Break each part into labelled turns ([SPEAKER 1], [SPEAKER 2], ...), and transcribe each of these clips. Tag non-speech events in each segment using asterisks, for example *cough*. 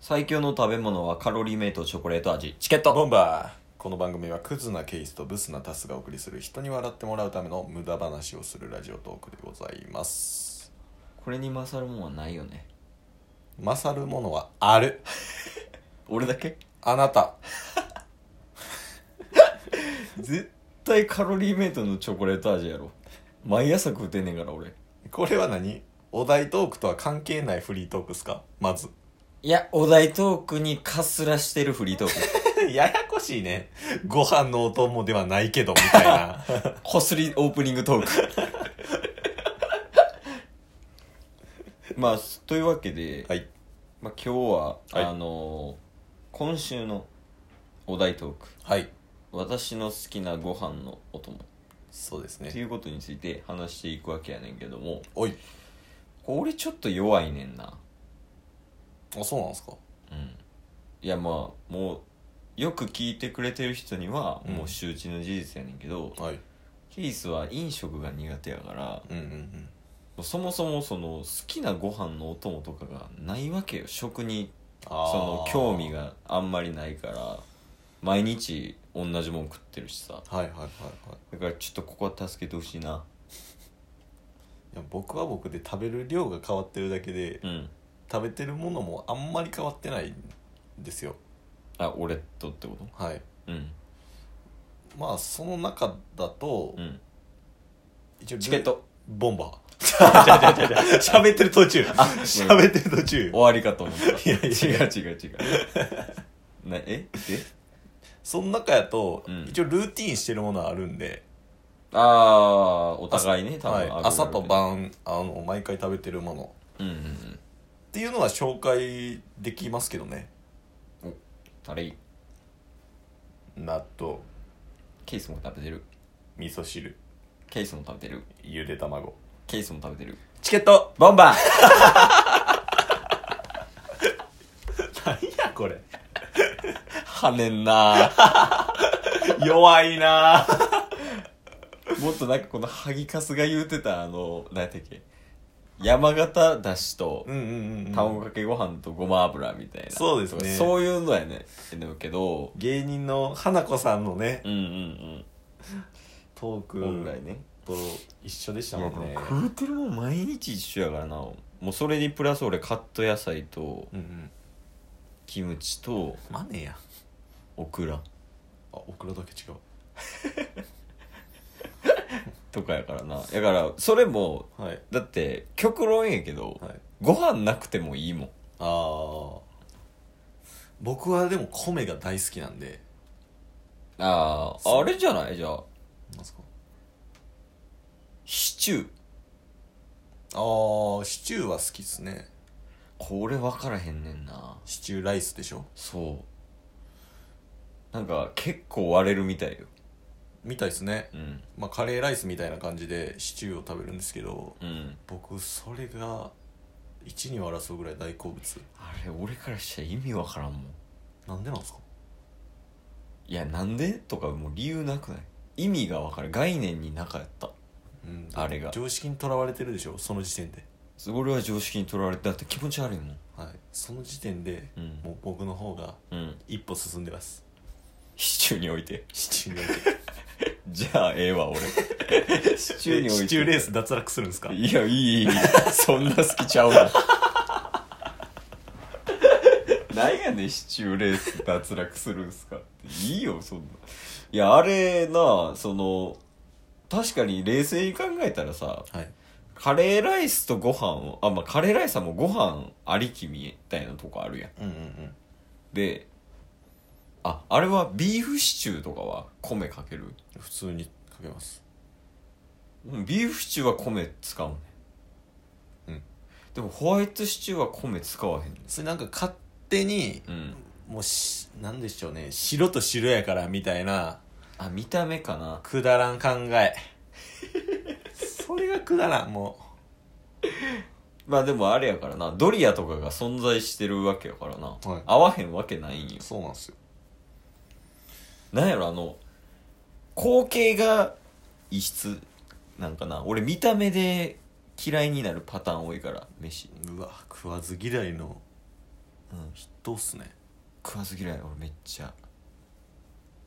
[SPEAKER 1] 最強の食べ物はカロリーメイトチョコレート味チケット
[SPEAKER 2] ボンバーこの番組はクズなケイスとブスなタスがお送りする人に笑ってもらうための無駄話をするラジオトークでございます
[SPEAKER 1] これに勝るもんはないよね
[SPEAKER 2] 勝るものはある
[SPEAKER 1] 俺だ *laughs* け
[SPEAKER 2] あなた
[SPEAKER 1] 絶対カロリーメイトのチョコレート味やろ毎朝食うてんねんから俺
[SPEAKER 2] これは何お題トークとは関係ないフリートークっすかまず *laughs*
[SPEAKER 1] いやお題トークにかすらしてるフリートーク
[SPEAKER 2] ややこしいねご飯のお供ではないけどみた
[SPEAKER 1] *laughs*
[SPEAKER 2] いな
[SPEAKER 1] *laughs* こすりオープニングトー *laughs* クまあというわけで、
[SPEAKER 2] はい
[SPEAKER 1] まあ、今日は、
[SPEAKER 2] はい
[SPEAKER 1] あのー今週のお題トーク
[SPEAKER 2] はい
[SPEAKER 1] 私の好きなご飯のお供
[SPEAKER 2] そうです
[SPEAKER 1] って
[SPEAKER 2] ね
[SPEAKER 1] いうことについて話していくわけやねんけども
[SPEAKER 2] おい
[SPEAKER 1] 俺ちょっと弱いねんな
[SPEAKER 2] あそうなんですか
[SPEAKER 1] うんいやまあもうよく聞いてくれてる人には
[SPEAKER 2] うん
[SPEAKER 1] もう周知の事実やねんけど、
[SPEAKER 2] はい
[SPEAKER 1] ケイスは飲食が苦手やからも
[SPEAKER 2] うんうんうん
[SPEAKER 1] うそもそもその好きなご飯のお供とかがないわけよ食に
[SPEAKER 2] そ
[SPEAKER 1] その興味があんまりないから毎日同じもん食ってるしさ
[SPEAKER 2] はいはいはいはい
[SPEAKER 1] だからちょっとここは助けてほしいない
[SPEAKER 2] や僕は僕で食べる量が変わってるだけで
[SPEAKER 1] うん
[SPEAKER 2] 食べてるものもあんまり変わってないんですよ
[SPEAKER 1] あ俺とってこと
[SPEAKER 2] はい
[SPEAKER 1] うん
[SPEAKER 2] まあその中だと、
[SPEAKER 1] うん
[SPEAKER 2] 一応
[SPEAKER 1] チケット
[SPEAKER 2] ルボンバー *laughs* 喋ってる途中喋ってる途
[SPEAKER 1] 終
[SPEAKER 2] 中
[SPEAKER 1] わりかと思った
[SPEAKER 2] いやいや
[SPEAKER 1] 違う違う違うなええ
[SPEAKER 2] その中やと、
[SPEAKER 1] うん
[SPEAKER 2] 一応ルーティンしてるものはあるんで
[SPEAKER 1] ああお互いね多分、
[SPEAKER 2] はい
[SPEAKER 1] あるあ、る
[SPEAKER 2] 朝と晩あの毎回食べてるもの
[SPEAKER 1] うんうんうん
[SPEAKER 2] っていうのは紹介できますけどね
[SPEAKER 1] タレ
[SPEAKER 2] 納豆
[SPEAKER 1] ケースも食べてる
[SPEAKER 2] 味噌汁
[SPEAKER 1] ケースも食べてる
[SPEAKER 2] ゆで卵
[SPEAKER 1] ケースも食べてる
[SPEAKER 2] チケット
[SPEAKER 1] ボンバー
[SPEAKER 2] *laughs* 何やこれ
[SPEAKER 1] はねんな
[SPEAKER 2] 弱いなぁ
[SPEAKER 1] もっとなんかこのハギカスが言うてたあの何やったっけ山形だしと
[SPEAKER 2] うんうんうん、
[SPEAKER 1] 卵かけご飯とごま油みたいな、
[SPEAKER 2] そうですね
[SPEAKER 1] そういうのやねでもけど
[SPEAKER 2] 芸人の花子さんのね
[SPEAKER 1] うんうん
[SPEAKER 2] トーク
[SPEAKER 1] うん本来ね
[SPEAKER 2] と一緒でし
[SPEAKER 1] い
[SPEAKER 2] た
[SPEAKER 1] や
[SPEAKER 2] も
[SPEAKER 1] もうん
[SPEAKER 2] ね
[SPEAKER 1] 食うてるもん毎日一緒やからなもうそれにプラス俺カット野菜と
[SPEAKER 2] うんうん
[SPEAKER 1] キムチと
[SPEAKER 2] マネや
[SPEAKER 1] オクラ
[SPEAKER 2] あオクラだけ違う
[SPEAKER 1] とかやからなだからそれも
[SPEAKER 2] はい
[SPEAKER 1] だって極論やけど、
[SPEAKER 2] はい
[SPEAKER 1] ご飯なくてもいいもん
[SPEAKER 2] ああ僕はでも米が大好きなんで
[SPEAKER 1] ああ
[SPEAKER 2] そう
[SPEAKER 1] あれじゃないじゃあ
[SPEAKER 2] なんすか
[SPEAKER 1] シチュー
[SPEAKER 2] あーシチューは好きっすね
[SPEAKER 1] これ分からへんねんな
[SPEAKER 2] シチューライスでしょ
[SPEAKER 1] そうなんか結構割れるみたいよ
[SPEAKER 2] みたいっすね
[SPEAKER 1] うん
[SPEAKER 2] まあカレーライスみたいな感じでシチューを食べるんですけど
[SPEAKER 1] うん
[SPEAKER 2] 僕それが1に争うぐらい大好物
[SPEAKER 1] あれ俺からしたら意味分からんもん
[SPEAKER 2] なんでなんですか
[SPEAKER 1] いやなんでとかもう理由なくない意味が分かる概念になかった
[SPEAKER 2] うん
[SPEAKER 1] あれが
[SPEAKER 2] 常識にとらわれてるでしょその時点で
[SPEAKER 1] 俺は常識にとらわれてだって気持ち悪いもん
[SPEAKER 2] はいその時点で、
[SPEAKER 1] うん
[SPEAKER 2] もう僕の方が
[SPEAKER 1] うん
[SPEAKER 2] 一歩進んでます
[SPEAKER 1] シチューにおいて *laughs*
[SPEAKER 2] シチューにおいて
[SPEAKER 1] じゃあええわ俺 *laughs* シチューにおいて
[SPEAKER 2] シチューレース脱落するんですか
[SPEAKER 1] いやいいいい *laughs* そんな好きちゃう *laughs* わ何やねんシチューレース脱落するんすかっていいよそんないやあれなその確かに冷静に考えたらさ
[SPEAKER 2] はい
[SPEAKER 1] カレーライスとご飯をあまあカレーライスはもうご飯ありきみたいなとこあるやん
[SPEAKER 2] うんうんうん
[SPEAKER 1] でああれはビーフシチューとかは米かける
[SPEAKER 2] 普通にかけます
[SPEAKER 1] うんビーフシチューは米使うね
[SPEAKER 2] うん
[SPEAKER 1] でもホワイトシチューは米使わへんね
[SPEAKER 2] それなんか勝手に
[SPEAKER 1] うん
[SPEAKER 2] もうしなんでしょうね白と白やからみたいな
[SPEAKER 1] あ見た目かな
[SPEAKER 2] くだらん考えそれがくだらんも
[SPEAKER 1] まあでもあれやからなドリアとかが存在してるわけやからな、
[SPEAKER 2] はい
[SPEAKER 1] 合わへんわけないんよ
[SPEAKER 2] うそうなんですよ
[SPEAKER 1] なんやろあの光景が異質なんかな俺見た目で嫌いになるパターン多いから飯
[SPEAKER 2] うわ食わず嫌いの
[SPEAKER 1] うん、
[SPEAKER 2] どうっすね
[SPEAKER 1] 食わず嫌い俺めっちゃ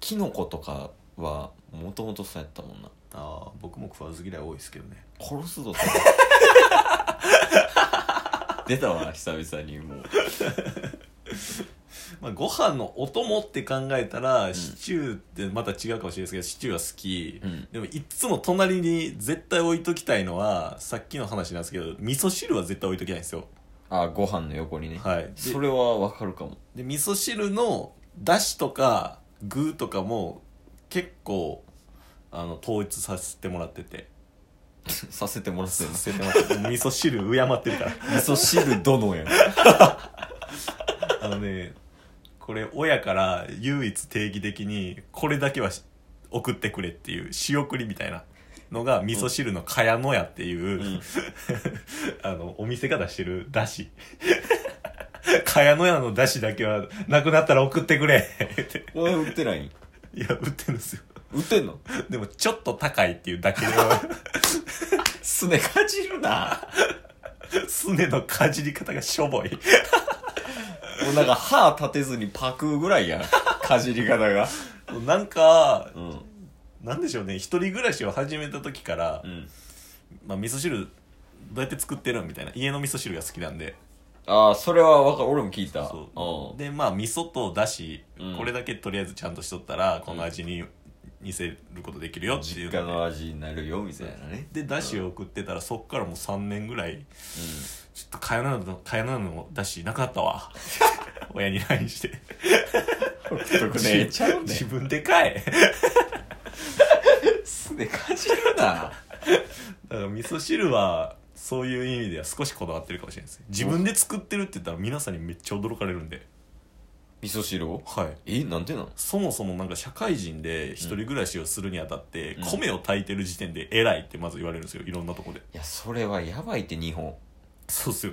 [SPEAKER 1] キノコとかはもともとそうやったもんな
[SPEAKER 2] ああ僕も食わず嫌い多いですけどね
[SPEAKER 1] 殺すぞ *laughs* 出たわ久々にもう
[SPEAKER 2] まあご飯のお供って考えたら、シチューってまた違うかもしれないですけどシチューは好き、
[SPEAKER 1] うん
[SPEAKER 2] でもいっつも隣に絶対置いときたいのはさっきの話なんですけど味噌汁は絶対置いときないんですよ
[SPEAKER 1] あご飯の横にね、
[SPEAKER 2] はいで
[SPEAKER 1] それはわかるかも
[SPEAKER 2] で味噌汁のだしとか具とかも結構あの統一させてもらっ
[SPEAKER 1] *laughs*
[SPEAKER 2] てて
[SPEAKER 1] させてもらってんの
[SPEAKER 2] させてもらってて味噌汁敬ってるから
[SPEAKER 1] 味噌汁殿やん
[SPEAKER 2] あのねこれ親から唯一定義的にこれだけはし送ってくれっていう仕送りみたいなのが味噌汁の茅野屋っていう、
[SPEAKER 1] ん
[SPEAKER 2] *laughs* あのお店が出してるだし *laughs* 茅野屋のだしだけはなくなったら送ってくれって
[SPEAKER 1] お前売ってないん
[SPEAKER 2] いや売ってるんですよ
[SPEAKER 1] 売ってんの
[SPEAKER 2] でもちょっと高いっていうだけの
[SPEAKER 1] すねかじるな
[SPEAKER 2] すねのかじり方がしょぼい
[SPEAKER 1] もうなんか歯立てずにパクぐらいやんかじり方が
[SPEAKER 2] なんか
[SPEAKER 1] うん
[SPEAKER 2] なんでしょうね一人暮らしを始めた時から
[SPEAKER 1] う、ん
[SPEAKER 2] まあ、味噌汁どうやって作ってるみたいな家の味噌汁が好きなんで
[SPEAKER 1] ああそれはわかる俺も聞いた
[SPEAKER 2] そううんでまあ味噌とだし、
[SPEAKER 1] うん
[SPEAKER 2] これだけとりあえずちゃんとしとったらこの味に似せることできるよってい
[SPEAKER 1] 実
[SPEAKER 2] う
[SPEAKER 1] 家
[SPEAKER 2] の
[SPEAKER 1] の味になるよみたいなね
[SPEAKER 2] ででだしを送ってたらそっからもう3年ぐらいちょっと茅野屋の茅野屋のだしなくなったわ
[SPEAKER 1] *laughs*
[SPEAKER 2] 親に LINE して
[SPEAKER 1] うん得ねえ *laughs* ちゃうね
[SPEAKER 2] 自分で買え
[SPEAKER 1] すねかじるな
[SPEAKER 2] だから味噌汁はそういう意味では少しこだわってるかもしれないですね自分で作ってるって言ったら皆さんにめっちゃ驚かれるんで
[SPEAKER 1] 味噌汁を
[SPEAKER 2] はい
[SPEAKER 1] えなんでなの
[SPEAKER 2] そもそもなんか社会人で一人暮らしをするにあたって、
[SPEAKER 1] うん
[SPEAKER 2] 米を炊いてる時点で偉いってまず言われるんですよいろんなとこで
[SPEAKER 1] いやそれはやばいって日本
[SPEAKER 2] そうっすよ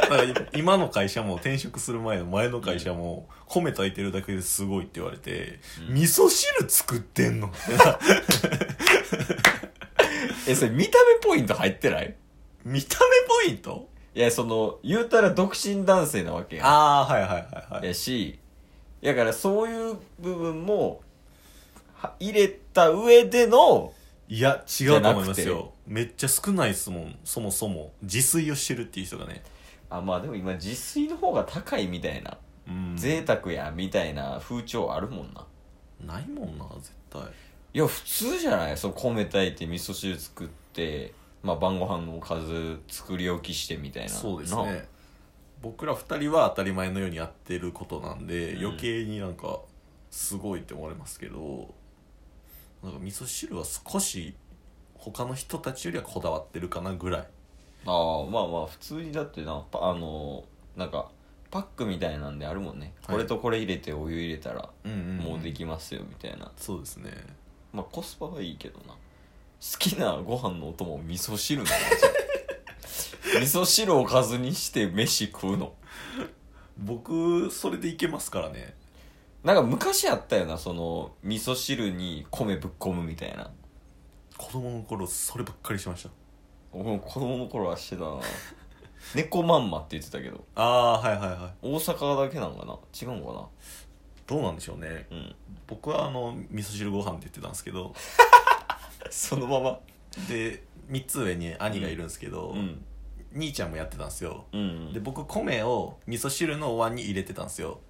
[SPEAKER 2] だから今の会社も転職する前の前の会社も米炊いてるだけですごいって言われて、
[SPEAKER 1] うん
[SPEAKER 2] 味噌汁作ってんの
[SPEAKER 1] *laughs* えそれ見た目ポイント入ってない
[SPEAKER 2] 見た目ポイント
[SPEAKER 1] いやその言うたら独身男性なわけやん
[SPEAKER 2] ああはいはいはいはい
[SPEAKER 1] やしだからそういう部分もは入れた上での
[SPEAKER 2] いや違うと思います
[SPEAKER 1] じゃな
[SPEAKER 2] よめっちゃ少ないですもんそもそも自炊をしてるっていう人がね
[SPEAKER 1] あまあでも今自炊の方が高いみたいな、
[SPEAKER 2] うん
[SPEAKER 1] 贅沢やみたいな風潮あるもんな
[SPEAKER 2] ないもんな絶対
[SPEAKER 1] いや普通じゃないその米炊いて味噌汁作ってまあ晩ご飯のおかず作り置きしてみたいな
[SPEAKER 2] そうです
[SPEAKER 1] な
[SPEAKER 2] ね僕ら2人は当たり前のようにやってることなんで、
[SPEAKER 1] うん
[SPEAKER 2] 余計になんかすごいって思われますけどなんか味噌汁は少し他の人たちよりはこだわってるかなぐらい
[SPEAKER 1] ああまあまあ普通にだってなパあのーなんかパックみたいなんであるもんね、
[SPEAKER 2] はい
[SPEAKER 1] これとこれ入れてお湯入れたら
[SPEAKER 2] うん
[SPEAKER 1] もうできますよみたいな、
[SPEAKER 2] そうですね
[SPEAKER 1] まあコスパはいいけどな好きなご飯のお供味噌汁なの
[SPEAKER 2] *laughs*
[SPEAKER 1] 味噌汁おかずにして飯食うの
[SPEAKER 2] 僕それでいけますからね
[SPEAKER 1] なんか昔あったよなその味噌汁に米ぶっ込むみたいな
[SPEAKER 2] 子供の頃そればっかりしました
[SPEAKER 1] 俺も子供の頃はしてたな *laughs* 猫まんまって言ってたけど
[SPEAKER 2] ああーはいはいはい
[SPEAKER 1] 大阪だけなのかな違うの
[SPEAKER 2] どうなんでしょうね
[SPEAKER 1] かなうん
[SPEAKER 2] 僕はあの味噌汁ご飯って言ってたんですけど
[SPEAKER 1] そのまま
[SPEAKER 2] で3つ上に兄がいるんですけど、
[SPEAKER 1] うん
[SPEAKER 2] 兄ちゃんもやってたんですよ
[SPEAKER 1] うんうん
[SPEAKER 2] で僕米を味噌汁のお椀に入れてたんですよ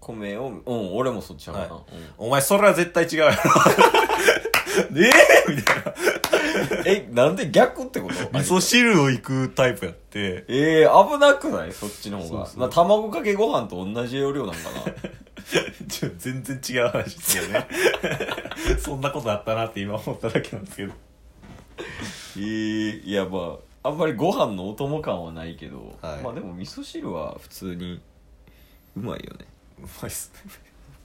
[SPEAKER 1] 米をうん俺もそっちやからな、
[SPEAKER 2] は
[SPEAKER 1] うん
[SPEAKER 2] お前それは絶対違うやろ *laughs* ええみたいな
[SPEAKER 1] えなんで逆ってこと
[SPEAKER 2] 味噌汁をいくタイプやって *laughs*
[SPEAKER 1] ええー、危なくないそっちの方が
[SPEAKER 2] そうそう
[SPEAKER 1] まあ、卵かけご飯と同じ要領なんかな
[SPEAKER 2] ちょ全然違う話ですよね *laughs* そんなことあったなって今思っただけなんですけど
[SPEAKER 1] ええいやまああんまりご飯のお供感はないけど、
[SPEAKER 2] はい
[SPEAKER 1] まあでも味噌汁は普通にうまいよね
[SPEAKER 2] うまいっすね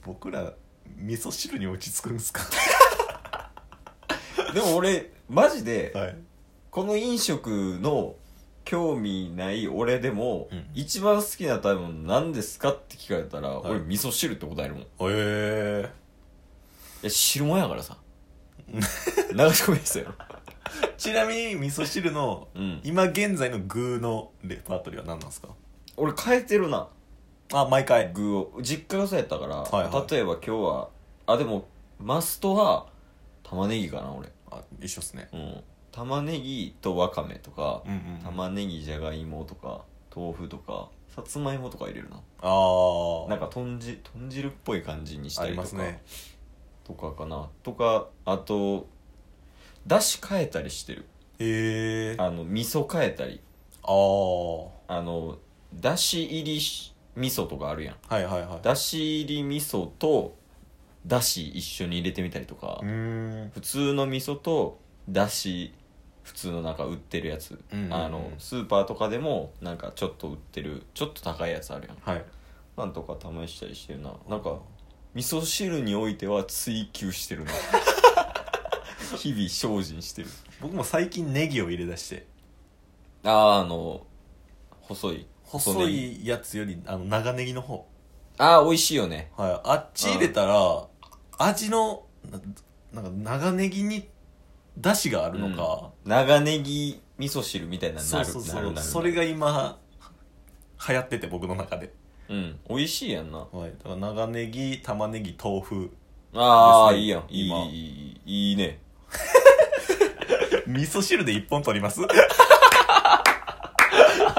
[SPEAKER 2] 僕ら味噌汁に落ち着くんですか
[SPEAKER 1] でも俺マジで
[SPEAKER 2] はい
[SPEAKER 1] この飲食の興味ない俺でも、
[SPEAKER 2] うん
[SPEAKER 1] 一番好きな食べ物何ですかって聞かれたら、
[SPEAKER 2] はい
[SPEAKER 1] 俺味噌汁って答えるもんい
[SPEAKER 2] え
[SPEAKER 1] や汁もんやから
[SPEAKER 2] *laughs*
[SPEAKER 1] さ流し込みですよ
[SPEAKER 2] えちなみに味噌汁の
[SPEAKER 1] うん
[SPEAKER 2] 今現在の具のレパートリーは何なんですか
[SPEAKER 1] 俺変えてるな
[SPEAKER 2] あ毎回
[SPEAKER 1] 具を実家がそうやったから、
[SPEAKER 2] はいはい
[SPEAKER 1] 例えば今日はあでもマストは玉ねぎかな俺
[SPEAKER 2] あ一緒っすね
[SPEAKER 1] うん玉ねぎとわかめとか、
[SPEAKER 2] うんうん
[SPEAKER 1] 玉ねぎじゃがいもとか豆腐とかさつまいもとか入れるな
[SPEAKER 2] あ
[SPEAKER 1] なんか豚汁豚汁っぽい感じにし
[SPEAKER 2] ああ
[SPEAKER 1] た
[SPEAKER 2] り
[SPEAKER 1] りと
[SPEAKER 2] ます
[SPEAKER 1] か、
[SPEAKER 2] ね
[SPEAKER 1] とかかなとかあとだし変えたりしてる
[SPEAKER 2] へえあ
[SPEAKER 1] あの味噌変えたり
[SPEAKER 2] あー
[SPEAKER 1] あのだし入りし味噌とかあるやん
[SPEAKER 2] はいはいはい
[SPEAKER 1] だし入り味噌とだし一緒に入れてみたりとか、
[SPEAKER 2] うーん
[SPEAKER 1] 普通の味噌とだし普通のなんか売ってるやつ、
[SPEAKER 2] うんうんうん
[SPEAKER 1] あのスーパーとかでもなんかちょっと売ってるちょっと高いやつあるやん
[SPEAKER 2] はい
[SPEAKER 1] なんとか試したりしてるななんか味噌汁においては追求して *laughs* るな日々精進してる
[SPEAKER 2] 僕も最近ネギを入れ出して
[SPEAKER 1] あああの細い
[SPEAKER 2] 細
[SPEAKER 1] ネギ
[SPEAKER 2] いやつよりあの長ネギの方
[SPEAKER 1] ああ美味しいよね
[SPEAKER 2] はいあっち入れたら味のななんか長ネギに出汁があるのか、
[SPEAKER 1] 長ネギ味噌汁みたいなのに
[SPEAKER 2] そ
[SPEAKER 1] な
[SPEAKER 2] う
[SPEAKER 1] る
[SPEAKER 2] そう
[SPEAKER 1] な
[SPEAKER 2] そ
[SPEAKER 1] る
[SPEAKER 2] う
[SPEAKER 1] なる
[SPEAKER 2] それが今流行ってて僕の中で、
[SPEAKER 1] うん美味しいやんな
[SPEAKER 2] はい、だから長ネギ玉ねぎ豆腐
[SPEAKER 1] ああ、
[SPEAKER 2] ですね
[SPEAKER 1] いいやんいい
[SPEAKER 2] 今
[SPEAKER 1] いいいいいいね
[SPEAKER 2] 味噌汁で一本取ります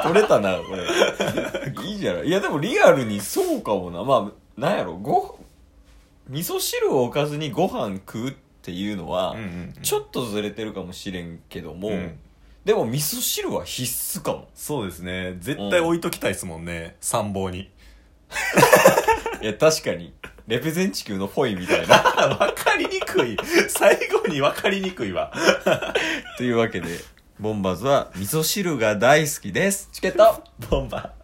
[SPEAKER 1] 取れたなこれ *laughs* いいじゃないいやでもリアルにそうかもなまあなんやろご味噌汁をおかずにご飯食うっていうのは、
[SPEAKER 2] うんうんうん
[SPEAKER 1] ちょっとずれてるかもしれんけども、
[SPEAKER 2] うん
[SPEAKER 1] でも味噌汁は必須かも
[SPEAKER 2] そうですね絶対置いときたいですもんね参謀に
[SPEAKER 1] いや確かにレペゼン地球のフォイみたいな
[SPEAKER 2] *laughs* わかりにくい最後にわかりにくいわ
[SPEAKER 1] というわけでボンバーズは味噌汁が大好きですチケット
[SPEAKER 2] ボンバー